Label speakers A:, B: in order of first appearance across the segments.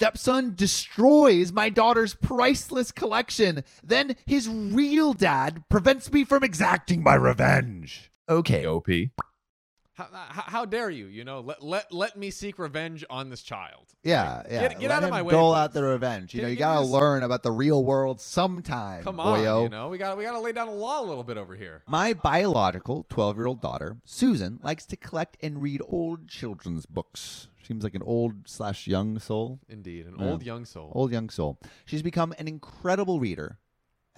A: stepson destroys my daughter's priceless collection. Then his real dad prevents me from exacting my revenge. Okay.
B: OP.
C: How, how, how dare you? You know, let, let let me seek revenge on this child.
A: Yeah, yeah.
C: Get- get
A: Let
C: out of
A: him
C: my way,
A: Dole
C: please.
A: out the revenge. You
C: Give-
A: know, you
C: give me
A: gotta
C: this-
A: learn about the real world sometime.
C: Come on,
A: boyo.
C: you know we got we got to lay down the law a little bit over here.
A: My biological 12 year old daughter, Susan, likes to collect and read old children's books. Seems like an old slash young soul.
C: Indeed, an
A: Yeah.
C: old young soul.
A: Old young soul. She's become an incredible reader.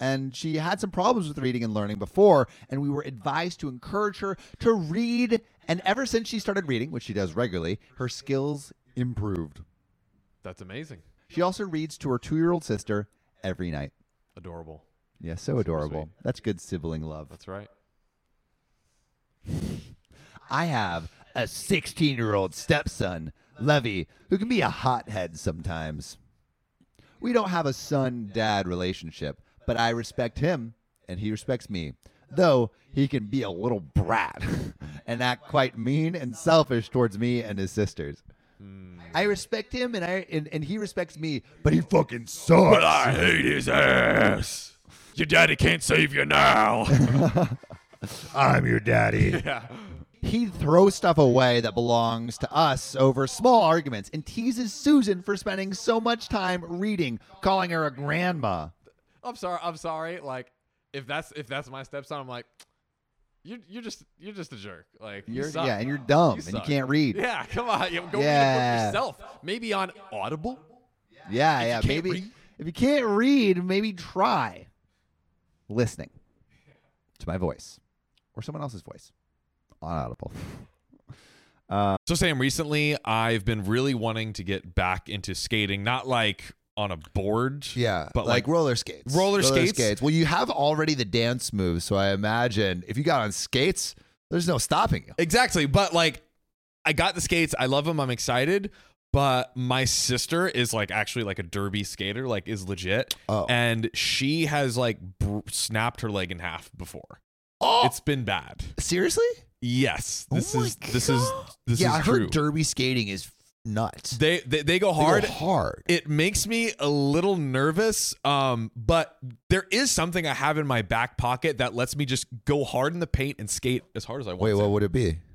A: And she had some problems with reading and learning before, and we were advised to encourage her to read. And ever since she started reading, which she does regularly, her skills improved.
C: That's amazing.
A: She also reads to her two year old sister every night.
C: Adorable.
A: Yeah, so adorable. That's good sibling love.
C: That's right.
A: I have a 16 year old stepson, Levy, who can be a hothead sometimes. We don't have a son dad relationship, but I respect him and he respects me, though he can be a little brat and act quite mean and selfish towards me and his sisters.
B: Hmm.
A: I respect him and I and, and he respects me, but he fucking sucks.
B: But I hate his ass. Your daddy can't save you now.
A: I'm your daddy. He throws stuff away that belongs to us over small arguments and teases Susan for spending so much time reading, calling her a grandma.
C: I'm sorry. I'm sorry. Like, if that's if that's my stepson, I'm like, you're you're just you're just a jerk. Like, you
A: You're,
C: suck.
A: yeah, and you're dumb and you
C: suck.
A: can't read. Yeah,
C: Yeah, come on. You go read
A: Yeah.
C: it for yourself. Maybe on Audible.
A: yeah.
C: can't
A: maybe
C: read-
A: if you can't read, maybe try listening to my voice or someone else's voice on Audible.
B: So, Sam, recently I've been really wanting to get back into skating, not like on a board. But like,
A: roller skates.
B: roller skates?
A: Well, you have already the dance moves, so I imagine if you got on skates, there's no stopping you.
B: exactly. But like, I got the skates. I love them. I'm excited. But my sister is like actually like a derby skater, like is legit.
A: Oh.
B: And she has like br- snapped her leg in half before.
A: Oh,
B: It's been bad.
A: seriously?
B: Yes. This
A: Oh my
B: is this is
A: God.
B: this
D: yeah, I
B: is
D: heard
B: true.
D: derby skating is nuts.
B: they, they they go
D: They go
B: hard.
D: hard.
B: it makes me a little nervous um but there is something i have in my back pocket that lets me just go hard in the paint and skate as hard as i want
D: Wait,
B: to.
D: what would it be?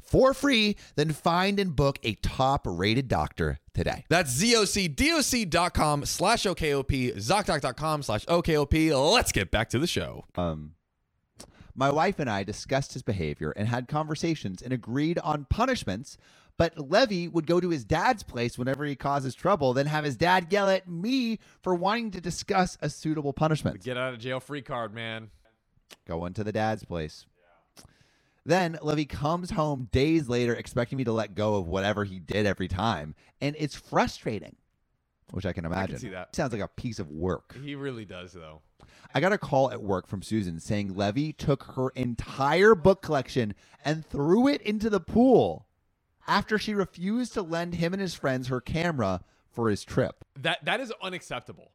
D: for free. Then find and book a top rated doctor today.
B: That's zocdoc.com slash OKOP, ZocDoc.com slash OKOP. Let's get back to the show.
A: Um, my wife and I discussed his behavior and had conversations and agreed on punishments. But Levy would go to his dad's place whenever he causes trouble, then have his dad yell at me for wanting to discuss a suitable punishment.
C: Get out of jail free card, man.
A: going to the dad's place. Then Levy comes home days later expecting me to let go of whatever he did every time, and it's frustrating, which I can imagine.
C: see that.
A: Sounds like a piece of work.
C: He really does, though.
A: I got a call at work from Susan saying Levy took her entire book collection and threw it into the pool after she refused to lend him and his friends her camera for his trip.
C: That that is unacceptable.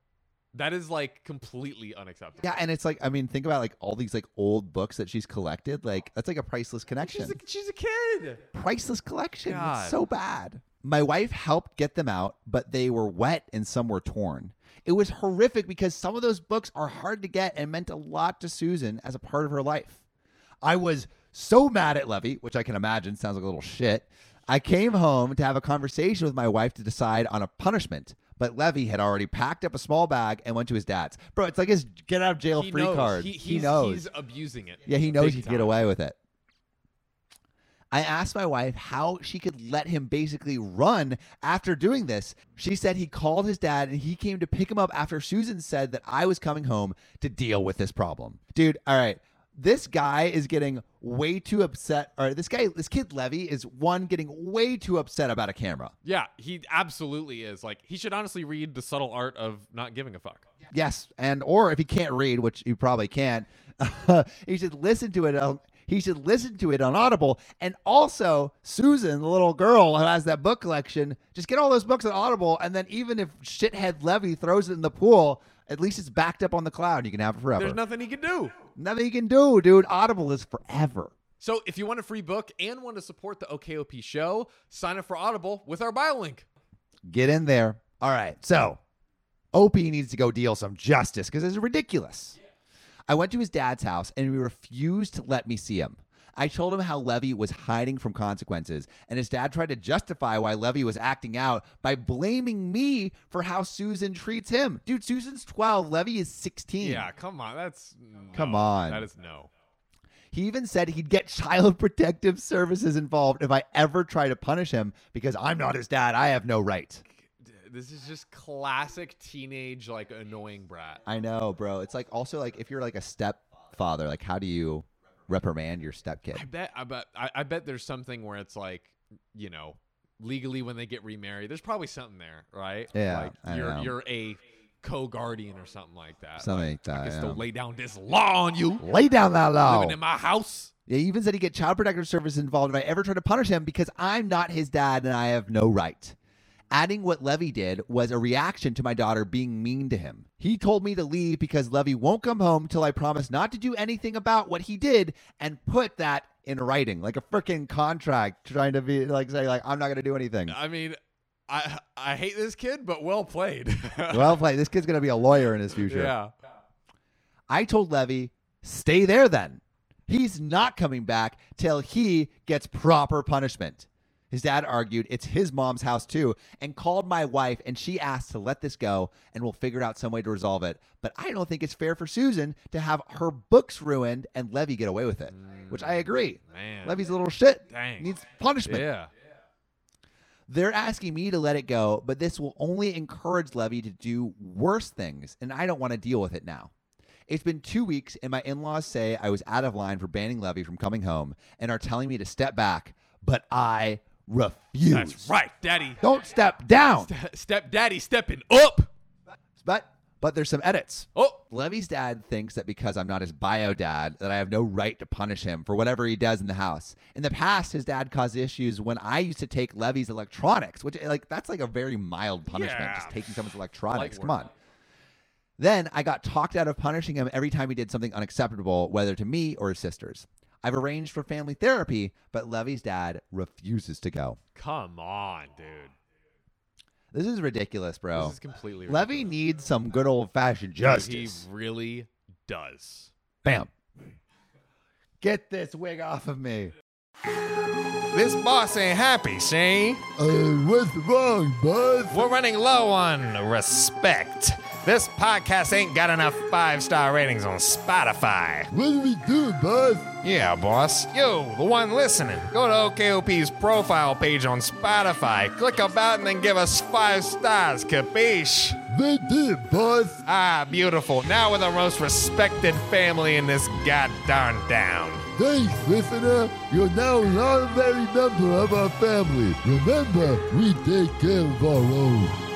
C: That is like completely unacceptable.
A: Yeah, and it's like I mean, think about like all these like old books that she's collected. Like that's like a priceless connection.
C: She's a, she's a kid.
A: priceless collection. It's
C: God.
A: so bad. My wife helped get them out, but they were wet and some were torn. It was horrific because some of those books are hard to get and meant a lot to Susan as a part of her life. I was so mad at Levy, which I can imagine sounds like a little shit. I came home to have a conversation with my wife to decide on a punishment, but Levy had already packed up a small bag and went to his dad's. Bro, it's like his get out of jail
C: He
A: free
C: knows.
A: card.
C: He,
A: He,
C: he's-
A: knows.
C: He's abusing it.
A: Yeah, he knows
C: Big
A: he can
C: time.
A: get away with it. I asked my wife how she could let him basically run after doing this. She said he called his dad and he came to pick him up after Susan said that I was coming home to deal with this problem. Dude, all right. This guy is getting way too upset. Or this guy, this kid Levy is one getting way too upset about a camera.
C: Yeah, he absolutely is. Like, he should honestly read the subtle art of not giving a fuck.
A: Yes, and or if he can't read, which you probably can't, he should listen to it. On, he should listen to it on Audible, and also Susan, the little girl who has that book collection, just get all those books on Audible, and then even if shithead Levy throws it in the pool, at least it's backed up on the cloud. You can have it forever.
C: There's nothing he can do.
A: Nothing you can do, dude. Audible is forever.
C: So, if you want a free book and want to support the OKOP show, sign up for Audible with our bio link.
A: Get in there. All right, so Opie needs to go deal some justice because it's ridiculous. I went to his dad's house and he refused to let me see him. I told him how Levy was hiding from consequences, and his dad tried to justify why Levy was acting out by blaming me for how Susan treats him. Dude, Susan's 12, Levy is 16.
C: Yeah, come on. That's no.
A: Come on.
C: That is no.
A: He even said he'd get child protective services involved if I ever try to punish him because I'm not his dad. I have no right.
C: This is just classic teenage, like annoying brat.
A: I know, bro. It's like also like if you're like a stepfather, like how do you reprimand your
C: I
A: stepkid?
C: bet. I bet. I, I bet there's something where it's like, you know, legally when they get remarried, there's probably something there, right?
A: Yeah,
C: Like
A: I
C: you're
A: know.
C: you're a co-guardian or something like that.
A: Something
C: Like,
A: like that,
C: I can
A: yeah.
C: still lay down this law on you.
A: Lay down that law.
C: Living in my house.
A: They even said he'd get child protective services involved if I ever tried to punish him because I'm not his dad and I have no right. Adding what Levy did was a reaction to my daughter being mean to him. He told me to leave because Levy won't come home till I promise not to do anything about what he did and put that in writing, like a freaking contract, trying to be like say like I'm not gonna do anything.
C: I mean, I I hate this kid, but well played.
A: well, like this kid's gonna be a lawyer in his future.
C: yeah.
A: I told Levy, stay there then. He's not coming back till he gets proper punishment. His dad argued it's his mom's house too and called my wife and she asked to let this go and we'll figure out some way to resolve it. But I don't think it's fair for Susan to have her books ruined and Levy get away with it, which I agree.
C: Man.
A: Levy's a little shit.
C: Dang.
A: Needs punishment.
C: Yeah.
A: They're asking me to let it go, but this will only encourage Levy to do worse things, and I don't want to deal with it now. It's been two weeks, and my in laws say I was out of line for banning Levy from coming home and are telling me to step back, but I refuse.
C: That's right, daddy.
A: Don't step down.
C: Step daddy stepping up.
A: But but there's some edits.
C: Oh,
A: Levy's dad thinks that because I'm not his bio dad, that I have no right to punish him for whatever he does in the house. In the past, his dad caused issues when I used to take Levy's electronics, which like that's like a very mild punishment,
C: Yeah.
A: just taking someone's electronics.
C: Light
A: Come
C: work.
A: on. Then I got talked out of punishing him every time he did something unacceptable, whether to me or his sisters. I've arranged for family therapy, but Levy's dad refuses to go.
C: come on, dude.
A: This is ridiculous, bro.
C: This is completely ridiculous.
A: Oh. Levy needs some good old fashioned
C: Dude,
A: justice.
C: He really does.
A: Bam. Get this wig off of me.
B: This boss ain't happy, see?
A: Uh, what's wrong, bud?
B: We're running low on respect. This podcast ain't got enough five star ratings on Spotify.
A: What do we do, bud?
B: Yeah, boss. Yo, the one listening, go to OKOP's profile page on Spotify, click about, and then give us five stars, capiche?
A: They did, bud.
B: Ah, beautiful. Now we're the most respected family in this goddamn town.
A: Thanks, listener. You're now an honorary member of our family. Remember, we take care of our own.